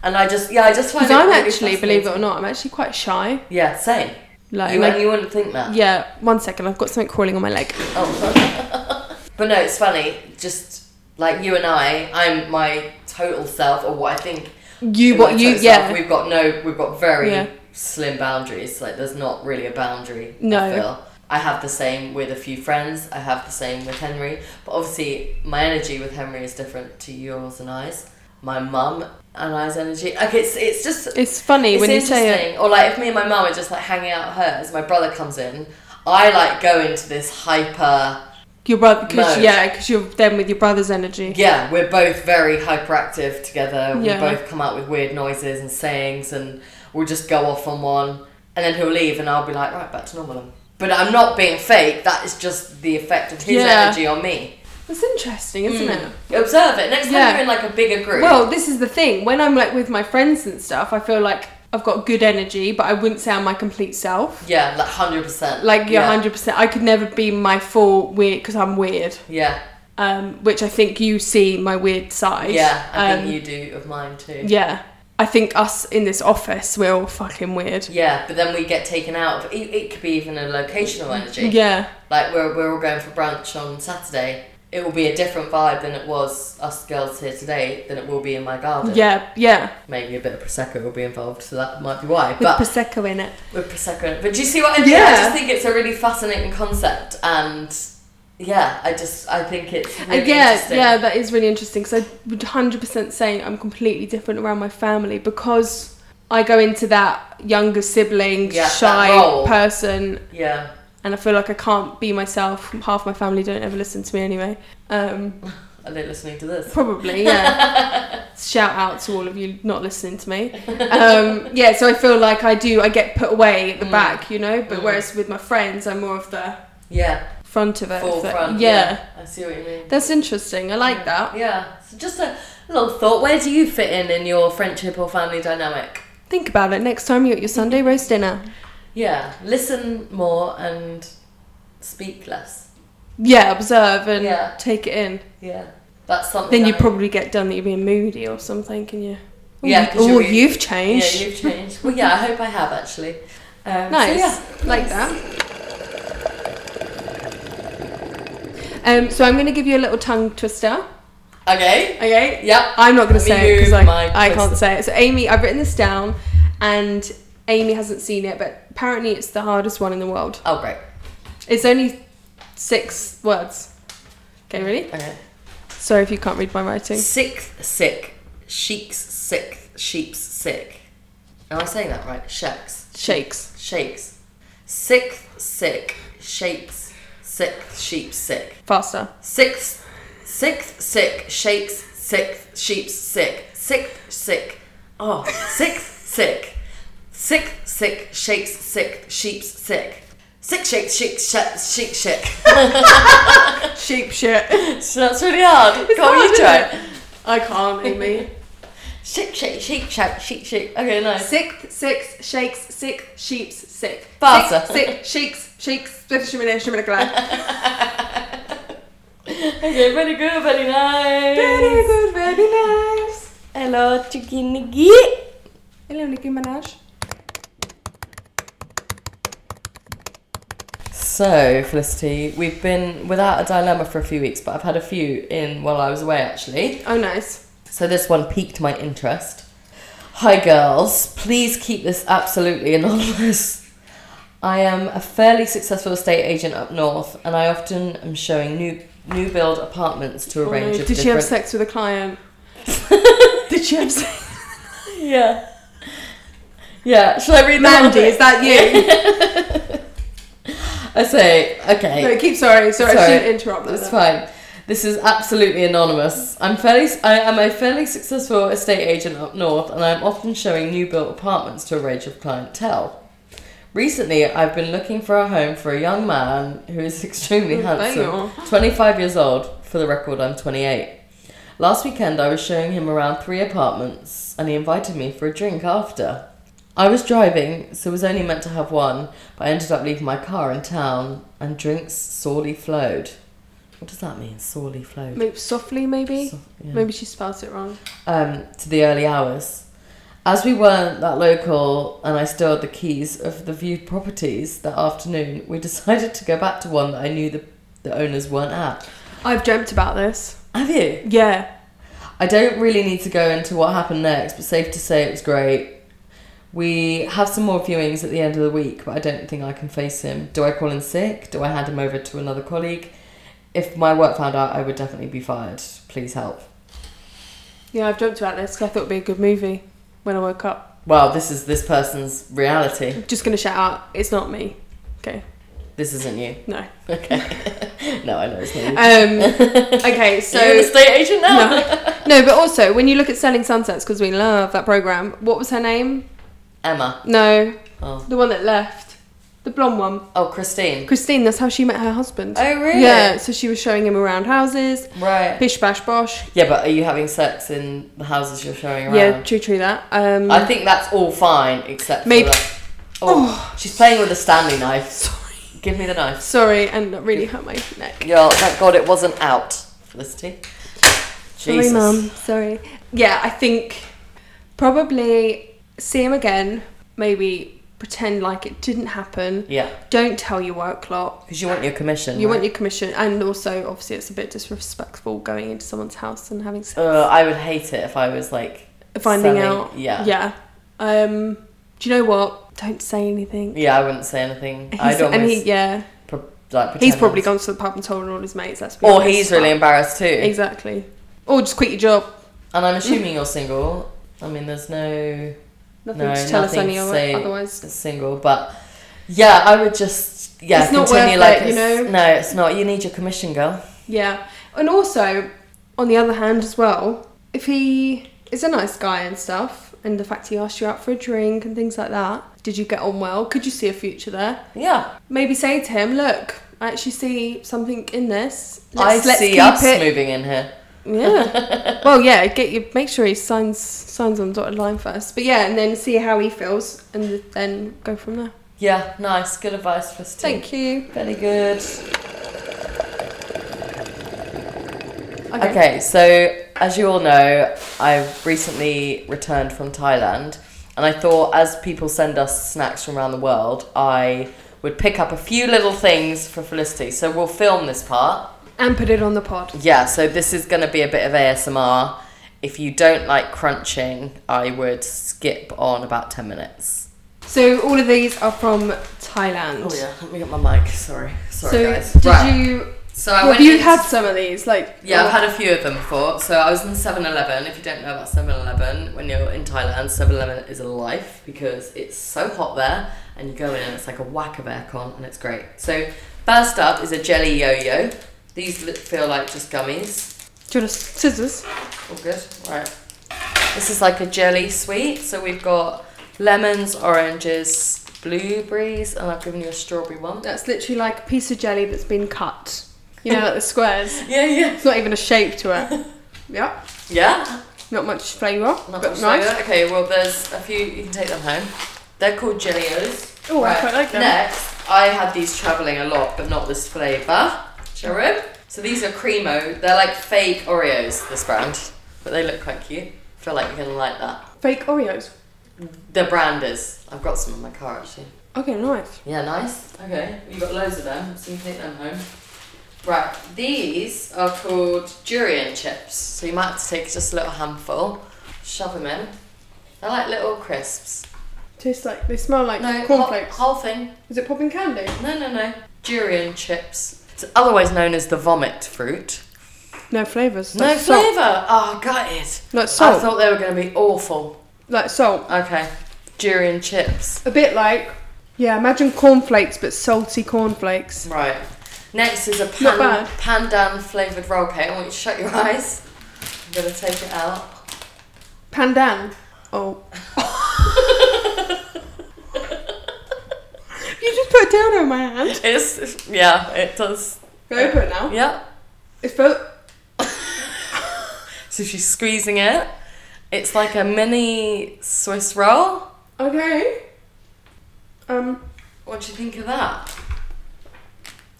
And I just yeah, I just find Because it I'm really actually, believe it or fascinating. not, I'm actually quite shy. Yeah, same. Like, you, like- and you wouldn't think that. yeah. One second, I've got something crawling on my leg. Oh. But no, it's funny. Just like you and I, I'm my total self, or what I think. You in my what you total yeah. self, We've got no. We've got very Yeah. slim boundaries. Like there's not really a boundary. I No. feel. I have the same with a few friends. I have the same with Henry. But obviously, my energy with Henry is different to yours and I's. My mum and I's energy. Like it's it's just it's funny it's when you interesting. say it. Or like if me and my mum are just like hanging out at hers, my brother comes in. I like go into this hyper. Your brother, because No. yeah, because you're then with your brother's energy. Yeah, we're both very hyperactive together. Yeah. We both come out with weird noises and sayings, and we'll just go off on one, and then he'll leave, and I'll be like, right, back to normal. But I'm not being fake. That is just the effect of his Yeah. energy on me. Mm. That's interesting, Hmm. isn't it? Observe it. Next time Yeah. you're in like a bigger group. Well, this is the thing. When I'm like with my friends and stuff, I feel like I've got good energy, but I wouldn't say I'm my complete self. yeah, like hundred percent. Like you're yeah. hundred percent. I could never be my full weird because I'm weird, Yeah, um, which I think you see my weird side. yeah. I Um, think you do of mine too. Yeah, I think us in this office we're all fucking weird. Yeah, but then we get taken out of. It, it could be even a locational Mm. energy. Yeah, Like we're we're all going for brunch on Saturday. It will be a different vibe than it was us girls here today than it will be in my garden. yeah, yeah. Maybe a bit of prosecco will be involved, so that might be why. With But prosecco in it. with prosecco, but do you see what I mean? I Yeah. just think it's a really fascinating concept, and yeah, I just I think it's Uh, really yeah, interesting. yeah, that is really interesting because I would 100% say I'm completely different around my family because I go into that younger sibling, Yeah, that shy role. person, yeah, and I feel like I can't be myself. Half my family don't ever listen to me anyway. Um, Are they listening to this? probably, yeah. Shout out to all of you not listening to me. Um, yeah, so I feel like I do, I get put away at the Mm. back, you know, but whereas with my friends, I'm more of the Yeah, front of it. full so- front. yeah. I see what you mean. That's interesting. I like that. Yeah, so just a little thought. Where do you fit in in your friendship or family dynamic? Think about it next time you're at your Sunday roast dinner. Yeah, listen more and speak less. yeah, observe and Yeah. take it in. Yeah. That's something. Then you I- probably get done that you're being moody or something, can you? Ooh, Yeah, you- 'cause you'll ooh, be- you've Yeah, changed. you've changed. Well, yeah, I hope I have actually. Um, so nice. yeah, Like nice. that. Um, so I'm going to give you a little tongue twister. Okay. Okay. Yep. I'm not going to Let me say it because move like, my I can't poster. say it. So Amy, I've written this down, and Amy hasn't seen it, but apparently it's the hardest one in the world. Oh, great. It's only six words. Okay, ready? Okay. Sorry if you can't read my writing. Sixth sick, sheik's sick, sheep's sick. Am I saying that right? Shakes. Shakes. Shakes. Sixth sick, shapes, sixth sheep's sick. Faster. Sixth, sixth sick, shakes, sixth sheep's sick. Sixth sick. Oh, sixth sick. Sixth sick, shakes, sick, sheep's sick. Sick shake, shake, shake, shake, shake. Sheep shit. That's really hard. Go on, you try. it. I can't, Amy. Shake, shake, shake, shake, shake, shake. Okay, nice. Sixth, six, shakes, sick, sheeps, sick. Faster. Sick, shakes, shakes, split, shimmy, shimmy, Okay, very good, very nice. Very good, very nice. Hello, chicken nugget. Hello, Nicki Minaj. So, Felicity, we've been without a dilemma for a few weeks, but I've had a few in while I was away actually. Oh, nice. So, this one piqued my interest. Hi, girls. Please keep this absolutely anonymous. I am a fairly successful estate agent up north, and I often am showing new new build apartments to a Oh, no. range Did of she have different sex with a client? Did she have sex? Yeah. Yeah, shall I read that? Mandy, one? is that you? I say, okay. no, keep sorry, sorry, I Sorry. shouldn't interrupt That's this. fine. This is absolutely anonymous. I'm fairly, I am a fairly successful estate agent up north, and I'm often showing new built apartments to a range of clientele. Recently, I've been looking for a home for a young man who is extremely Oh, handsome, damn. 25 years old. For the record, I'm 28. Last weekend, I was showing him around three apartments, and he invited me for a drink after. I was driving, so was only meant to have one, but I ended up leaving my car in town, and drinks sorely flowed. What does that mean, sorely flowed? Maybe softly, maybe? So- yeah. Maybe she spells it wrong. um, to the early hours. As we weren't that local and I still had the keys of the viewed properties that afternoon, we decided to go back to one that I knew the, the owners weren't at. I've dreamt about this. Have you? Yeah. I don't really need to go into what happened next, but safe to say it was great. We have some more viewings at the end of the week, but I don't think I can face him. Do I call in sick? Do I hand him over to another colleague? If my work found out, I would definitely be fired. Please help. Yeah, I've dreamt about this 'cause I thought it would be a good movie when I woke up. Wow, this is this person's reality. I'm just going to shout out, it's not me. Okay, This isn't you. no. Okay. no, I know it's not you. Um, okay, so you're an so. estate agent now. No. no, but also, when you look at Selling Sunsets, because we love that programme, what was her name? Emma. No, Oh. the one that left. The blonde one. oh, Christine. Christine, that's how she met her husband. Oh, really? Yeah, so she was showing him around houses, Right. bish bash bosh. Yeah, but are you having sex in the houses you're showing around? Yeah, true, true that. Um, I think that's all fine except Maybe- for that. Oh, she's playing with a Stanley knife. sorry, Give me the knife. sorry, and that really hurt my neck. Yeah, thank God it wasn't out, Felicity. Jesus. Sorry, mum. Sorry. Yeah, I think probably see him again. Maybe pretend like it didn't happen. Yeah, Don't tell your work lot. because you want your commission. You right? want your commission, and also obviously it's a bit disrespectful going into someone's house and having sex. Uh, I would hate it if I was like finding selling- out. Yeah. Yeah. Um, do you know what? Don't say anything. Yeah, I wouldn't say anything. I'd He's- almost and he, yeah, pro- like he's pretend probably I was- gone to the pub and told all his mates. That's Or he's really embarrassed too. exactly. Or just quit your job. And I'm assuming you're single. I mean, there's no Nothing No, to tell us nothing any to other- say. otherwise. single, but yeah, I would just yeah It's not continue worth like it, you it's- know? No, it's not. You need your commission, girl. Yeah, and also on the other hand as well, if he is a nice guy and stuff, and the fact he asked you out for a drink and things like that, did you get on well? Could you see a future there? Yeah, Maybe say to him, look. I actually see something in this. I see keep us it- moving in here. Yeah. well, yeah. Get you. Make sure he signs signs on the dotted line first. But yeah, and then see how he feels, and then go from there. Yeah, nice, good advice for Steve. Thank you. Very good. Okay. Okay, so as you all know, I've recently returned from Thailand, and I thought as people send us snacks from around the world, I would pick up a few little things for Felicity. So we'll film this part. And put it on the pod. Yeah, so this is going to be a bit of ASMR. If you don't like crunching, I would skip on about 10 minutes. So all of these are from Thailand. Oh, let me get my mic. Sorry. Sorry, so guys. did Right. you? so I Have went you into- had some of these? Like oh, Yeah, or- I've had a few of them before. So I was in 7 Eleven. If you don't know about 7 Eleven, when you're in Thailand, 7 Eleven is a life because it's so hot there and you go in and it's like a whack of aircon and it's great. So, first up is a jelly yo yo. These li- feel like just gummies. Do you want a s- scissors? All good? Right. This is like a jelly sweet. So, we've got lemons, oranges, blueberries, and I've given you a strawberry one. That's literally like a piece of jelly that's been cut. You know, like the squares. Yeah, yeah. It's not even a shape to it. yeah. Yeah? Not much flavour, Not but much nice. flavour. Okay, well, there's a few. You can take them home. They're called jellios. Oh, I quite like them. Next, I had these travelling a lot, but not this flavour. Shall we? So these are Cremo. They're like fake Oreos, this brand, but they look quite cute. Feel like you're gonna like that. Fake Oreos. The brand is. I've got some in my car actually. Okay, nice. Yeah, nice. Okay, you've got loads of them, so you can take them home. Right, these are called durian chips. So you might have to take just a little handful, shove them in. They're like little crisps. Tastes like they smell like No, cornflakes. whole, whole thing. Is it popping candy? No, no, no. Durian chips. It's otherwise known as the vomit fruit. No flavours. No like salt. flavour. Oh, gutted. Like salt. I thought they were going to be awful. Like salt. Okay. Durian chips. A bit like yeah, imagine cornflakes but salty cornflakes. Right. Next is a Not pan, pandan flavoured roll cake. I want you to shut your eyes. I'm going to take it out. Pandan. Oh. you just put down on my hand. It's, yeah, it does. Go open it now. Yeah. It's felt So she's squeezing it. It's like a mini Swiss roll. okay. Um What do you think of that?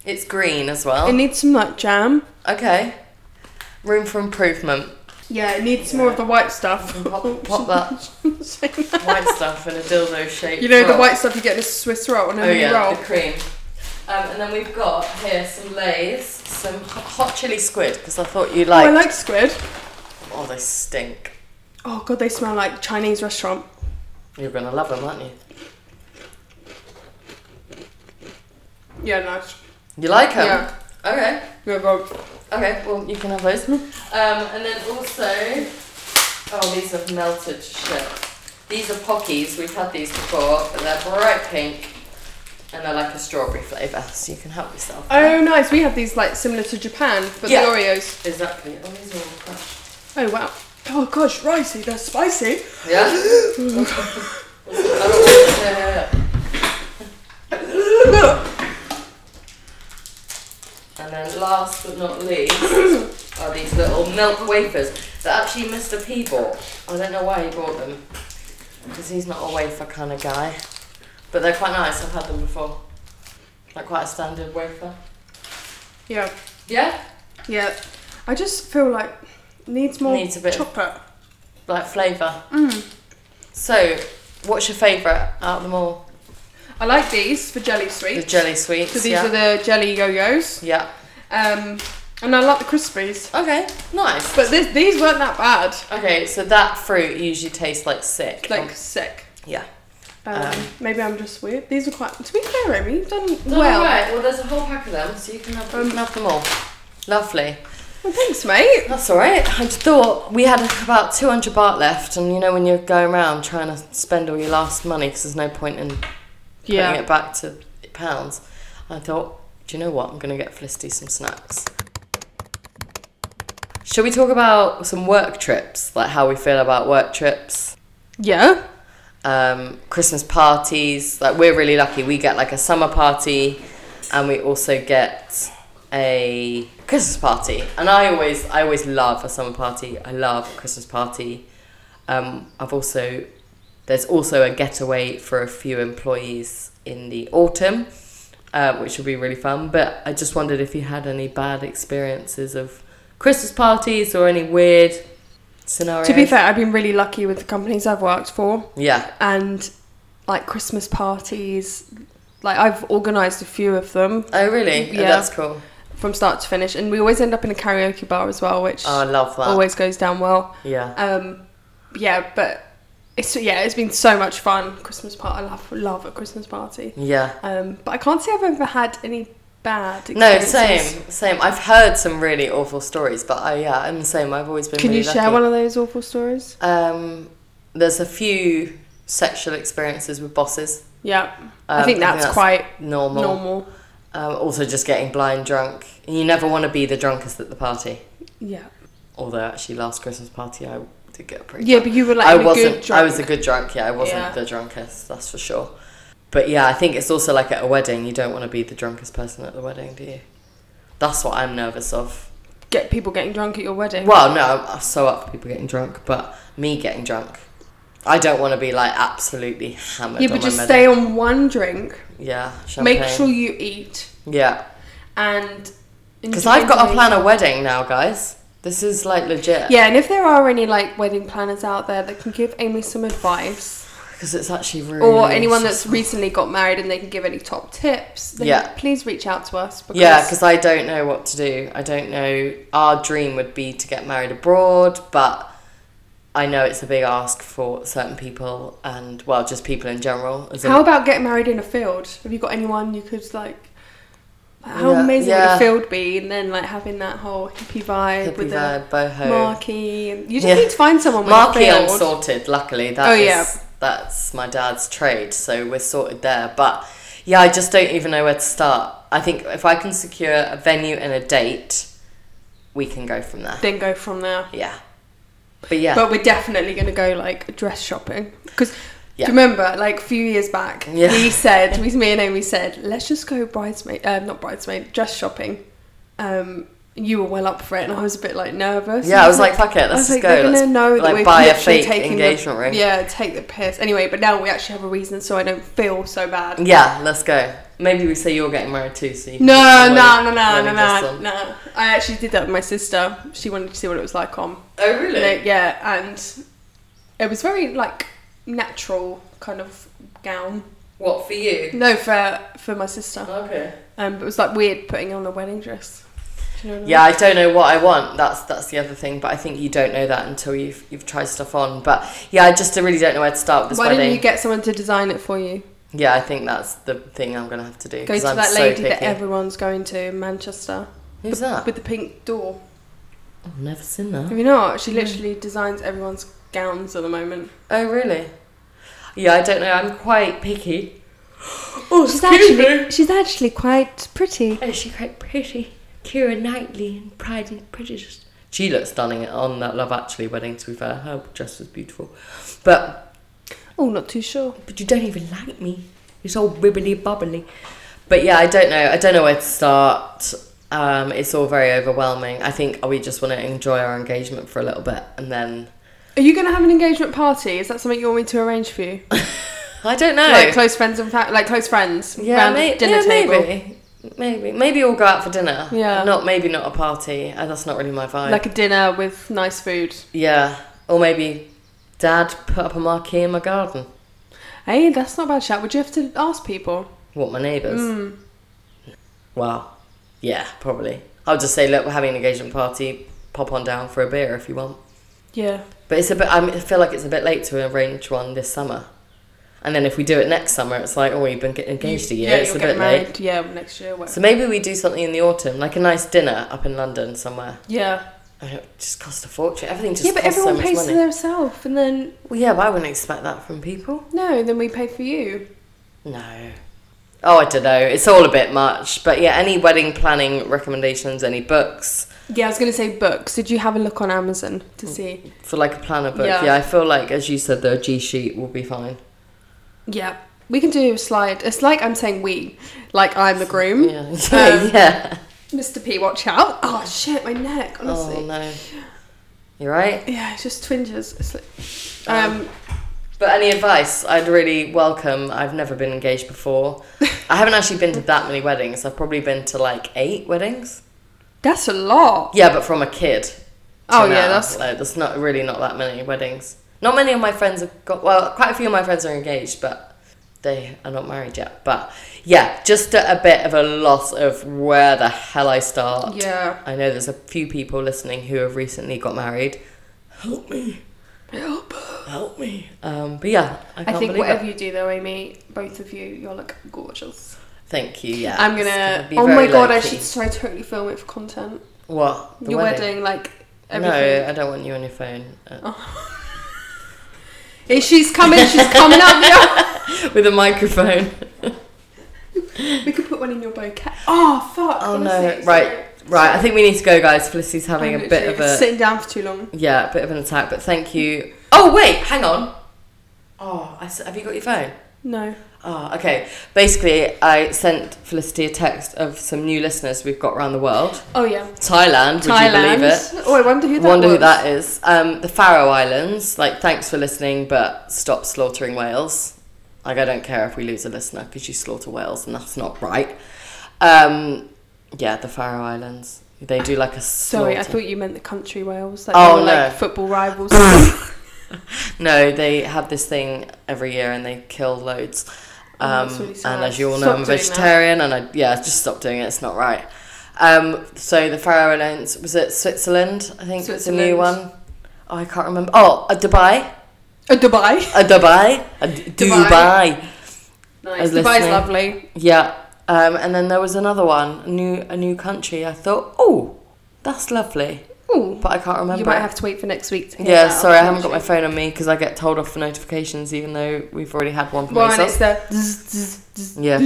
It's green as well. it needs some like jam. Okay. Room for improvement. Yeah, it needs some more of the white stuff. Pop, pop that white stuff in a dildo shape. you know the white stuff you get in a Swiss roll and Oh then you yeah, roll. the cream. Um, and then we've got here some Lay's, some ho- hot chili squid because I thought you Oh, I liked. like squid. Oh, they stink. Oh god, they smell like Chinese restaurant. You're gonna love them, aren't you? Yeah, nice. You like them? Yeah. Okay. Yeah, go. Okay. Well, you can have those. Um, Mm-hmm. and then also, oh, these have melted shit. These are pockies. We've had these before, but they're bright pink, and they're like a strawberry flavour, so you can help yourself. Oh, nice. We have these like similar to Japan, but Yeah. the Oreos. Exactly. Oh, these are all crushed. Oh wow. Oh gosh, ricey. They're spicy. Yeah. I don't want to- yeah, yeah, yeah. And then last but not least are these little milk wafers that actually Mr. P bought. I don't know why he bought them because he's not a wafer kind of guy. But they're quite nice. I've had them before. Like quite a standard wafer. yeah. Yeah. Yeah. I just feel like needs more Needs a bit of- chocolate. Like flavour. Mm. So, what's your favourite out of them all? I like these for jelly The sweets. jelly sweets. so these yeah. are the jelly yo-yos. yeah. Um, and I like the crispies. Okay. Nice. But this, these weren't that bad. Okay, so that fruit usually tastes like sick. Like sick. yeah. Um, Oh. Um. maybe I'm just weird. These are quite. To be fair, Amy, you've done Well, well. well, there's a whole pack of them, so you can have, you can have them all. Lovely. Well, thanks, mate. That's all right. I just thought we had about 200 baht left, and you know when you're going around trying to spend all your last money because there's no point in putting it back to pounds. I thought, do you know what? I'm going to get Felicity some snacks. Shall we talk about some work trips, like how we feel about work trips? Yeah. um, Christmas parties. Like we're really lucky. We get like a summer party, and we also get a Christmas party. And I always, I always love a summer party. I love a Christmas party. Um, I've also there's also a getaway for a few employees in the autumn, uh, which will be really fun. But I just wondered if you had any bad experiences of Christmas parties or any weird scenarios. To be fair, I've been really lucky with the companies I've worked for yeah, and like Christmas parties. Like I've organised a few of them oh really? Yeah, Yeah. that's cool. from start to finish, and we always end up in a karaoke bar as well, which Oh, I love that. always goes down well. Yeah, Um, yeah, but it's yeah, it's been so much fun. Christmas party, I love love a Christmas party. yeah. Um, but I can't say I've ever had any bad. No, Experiences. same, same. I've heard some really awful stories, but I yeah, I'm the same. I've always been. Can really you share lucky. one of those awful stories? Um, there's a few sexual experiences with bosses. Yeah, Um, I think that's, quite normal. normal. Um, also, just getting blind drunk. You never want to be the drunkest at the party. Yeah, Although, actually, last Christmas party, I did get pretty. yeah, drunk. but you were like I in a wasn't. good drunk. I was a good drunk. Yeah, I wasn't Yeah. the drunkest. That's for sure. But yeah, I think it's also like at a wedding. You don't want to be the drunkest person at the wedding, do you? That's what I'm nervous of. get people getting drunk at your wedding. Well, no, I'm- I'm so up for people getting drunk, but me getting drunk, I don't want to be like absolutely hammered. yeah, on but my just medal. stay on one drink. Yeah, champagne. Make sure you eat Yeah, and. because I've got to enjoy plan a wedding now, guys. This is like legit. Yeah, and if there are any like wedding planners out there that can give Amy some advice, Because it's actually really. or anyone that's stressful. recently got married and they can give any top tips, then Yeah. please reach out to us. Because Yeah, because I don't know what to do. I don't know. Our dream would be to get married abroad, but I know it's a big ask for certain people and, well, just people in general. As in- how about getting married in a field? Have you got anyone you could like? How Yeah, amazing yeah. would a field be? And then like having that whole hippie vibe hippie with vibe, the boho. marquee. And you just Yeah. need to find someone with a Marky, I'm field. sorted. Luckily, that Oh, is- yeah. that's my dad's trade, so we're sorted there. But yeah, I just don't even know where to start. I think if I can secure a venue and a date, we can go from there. Then go from there. Yeah, but yeah, But we're definitely going to go like dress shopping because Yeah. remember, like a few years back, Yeah. we said, we, me and Amy said, let's just go bridesmaid, uh, not bridesmaid, dress shopping. Um, you were well up for it, and I was a bit like nervous. yeah. I was like, fuck it, let's I was just like, go. they're Let's gonna know that like we're buy a literally fake taking the- engagement ring. Yeah. Yeah, take the piss. Anyway, but now we actually have a reason, so I don't feel so bad. Mm-hmm. let's go. Maybe we say you're getting married too, so you can No, put some no, no, wedding- no, no, wedding dress no, on. no. I actually did that with my sister. She wanted to see what it was like on. Oh really? Like, yeah, and it was very like natural kind of gown. What for you? No, for for my sister. Okay. Um, but it was like weird putting on a wedding dress. Do you know what I mean? Yeah, I don't know what I want. That's that's the other thing. But I think you don't know that until you've you've tried stuff on. But yeah, I just really don't know where to start with this Why wedding. didn't you get someone to design it for you? yeah, I think that's the thing I'm gonna have to do Go because to I'm that so lady that picky. Ah. everyone's going to in Manchester Who's that? with the pink door. I've never seen that. Have you not? Mm. She literally designs everyone's gowns at the moment. Oh really? Yeah, I don't know. I'm quite picky. Oh, she's actually she's actually quite pretty. Oh, she's quite pretty. Kira Knightley in Pride and Prejudice. She looked stunning on that Love Actually wedding. To be fair, her dress was beautiful. But Oh, not too sure. but you don't even like me. You're so bibbly bubbly. But yeah, I don't know. I don't know where to start. Um, it's all very overwhelming. I think we just want to enjoy our engagement for a little bit, and then Are you going to have an engagement party? Is that something you want me to arrange for you? I don't know. Like close friends and fa- like close friends. yeah, round may- dinner yeah, table. maybe, maybe, maybe we'll go out for dinner. Yeah. not maybe not a party. Uh, that's not really my vibe. Like a dinner with nice food. yeah, or maybe Dad put up a marquee in my garden. Hey, that's not a bad shout. Would you have to ask people? What my neighbours? Hmm. Wow. Yeah, probably. I'll just say, look, we're having an engagement party. Pop on down for a beer if you want. Yeah. But it's a bit. I'm- I feel like it's a bit late to arrange one this summer. And then if we do it next summer, it's like, oh, you've been getting engaged a year. Yeah, it's you'll a get bit married. late. Yeah, next year. whatever. So maybe we do something in the autumn, like a nice dinner up in London somewhere. yeah. I mean, it just cost a fortune. Everything just Yeah, but costs so everyone much pays money. for themselves, and then Well, yeah, but I wouldn't expect that from people. no, then we pay for you. No. Oh, I don't know. It's all a bit much. But yeah, any wedding planning recommendations, any books Yeah, I was gonna say books. Did you have a look on Amazon Mm. to see? for like a planner book? Yeah, Yeah. I feel like, as you said, the G sheet will be fine. Yeah, we can do a slide. It's like I'm saying we, like I'm the groom. Yeah. Yeah. Hmm? Um, yeah. Mr. P, watch out! Oh shit, my neck. Honestly. Oh, no. You're right. Yeah, it's just twinges. It's like, Um, um, But any advice I'd really welcome. I've never been engaged before. I haven't actually been to that many weddings. I've probably been to like eight weddings. That's a lot. Yeah, but from a kid. to Oh, yeah, now, that's- like, there's not really not that many weddings. Not many of my friends have got. Well, quite a few of my friends are engaged, but they are not married yet. But yeah, just a, a bit of a loss of where the hell I start. Yeah. I know there's a few people listening who have recently got married. Help me, help me. Um, but yeah, I I can't think believe whatever it. you do though, Amy, both of you, you'll look gorgeous. Thank you. Yeah, I'm it's gonna. be oh very my god, I low-key. should try to totally film it for content. What the Your wedding, like everything. Oh. No, I don't want you on your phone uh, Hey, she's coming. She's coming up. yeah. with a microphone. We could put one in your bouquet. Oh fuck. Oh honestly, no! sorry. Right, right. I think we need to go, guys. Felicity's I'm having a bit literally of a sitting down for too long. yeah, a bit of an attack. But thank you. Oh wait, hang on. Oh, I s have you got your phone? No. Oh, okay. Basically, I sent Felicity a text of some new listeners we've got around the world. Oh yeah. Thailand, would you believe it? Oh, I wonder who that Wonder who was. that is. Um, the Faroe Islands. Like, thanks for listening, but stop slaughtering whales. Like, I don't care if we lose a listener because you slaughter whales, and that's not right. Um, yeah, the Faroe Islands. They do like a slaughter. Sorry, I thought you meant the country Wales. Like Oh, they were, like no. football rivals. No, they have this thing every year, and they kill loads. Oh, Um, that's really sad. and as you all know, Stop I'm a doing that. vegetarian, and I yeah, just stop doing it. It's not right. Um, so the Faroe Islands was it Switzerland? I think it's a new Switzerland. one. Oh, I can't remember. Oh, uh, Dubai. Uh, Dubai. A Dubai, a D- Dubai. Dubai. Nice. was Dubai's listening. lovely. Yeah. Um, and then there was another one, a new a new country. I thought, oh, that's lovely, Ooh. but I can't remember. You might it. have to wait for next week to hear yeah, that, sorry, I haven't got my unfortunately. phone on me because I get told off for notifications, even though we've already had one from Well, and it's myself. the. zzz, zzz, zzz. Yeah. Do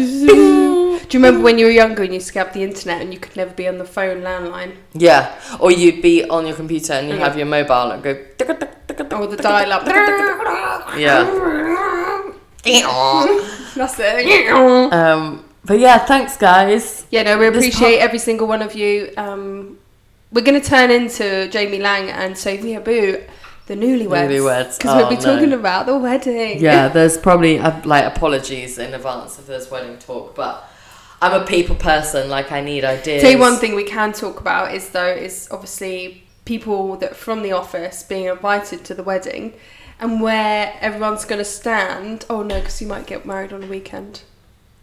you remember when you were younger and you used to have the internet and you could never be on the phone landline Yeah, or you'd be on your computer and you Yeah. have your mobile and go. or the dial up? Yeah. That's it. Um, but yeah, thanks guys. Yeah, no, we This appreciate every single one of you. Um, we're going to turn into Jamie Lang and Sophie Abu, the newlyweds. Newlyweds, Because we'll oh, be no. talking about the wedding. Yeah, there's probably uh, like apologies in advance if there's wedding talk, but I'm a people person. Like I need ideas. Tell you one thing we can talk about is though is obviously people that from the office being invited to the wedding, and where everyone's going to stand. Oh no, because you might get married on a weekend.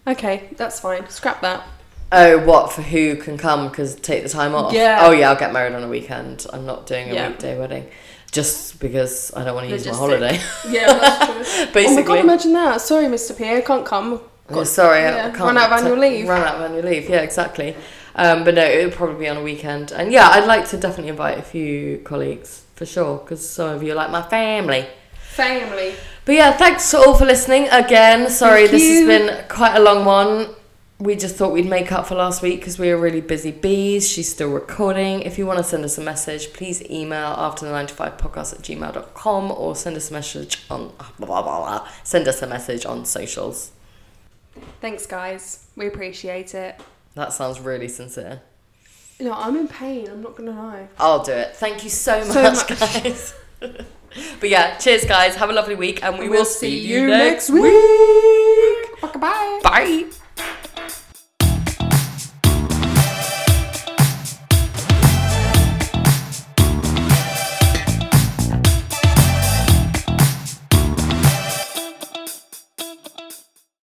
Okay, that's fine. Scrap that. Oh, what for? Who can come? Because take the time off. Yeah. Oh yeah, I'll get married on a weekend. I'm not doing a Yeah. weekday wedding, just because I don't want to use my Logistic. holiday. Yeah, that's true. oh my Basically. god, imagine that. Sorry, Mr. Pierre, can't come. Oh, sorry, yeah, I can't run out of annual t- leave. Run out of annual leave. Yeah, exactly. Um, but no, it would probably be on a weekend. And yeah, I'd like to definitely invite a few colleagues for sure, because some of you are like my family. Family. But yeah, thanks all for listening again. Sorry, Thank this has you. been quite a long one. We just thought we'd make up for last week because we were really busy bees. She's still recording. If you want to send us a message, please email after the 9 to 5 podcast at gmail.com or send us a message on blah, blah, blah, blah. send us a message on socials. Thanks, guys. We appreciate it. That sounds really sincere. No, I'm in pain. I'm not gonna lie. I'll do it. Thank you so much, So much. guys. but yeah, cheers, guys. Have a lovely week, and we will see you next week. Bye. Bye.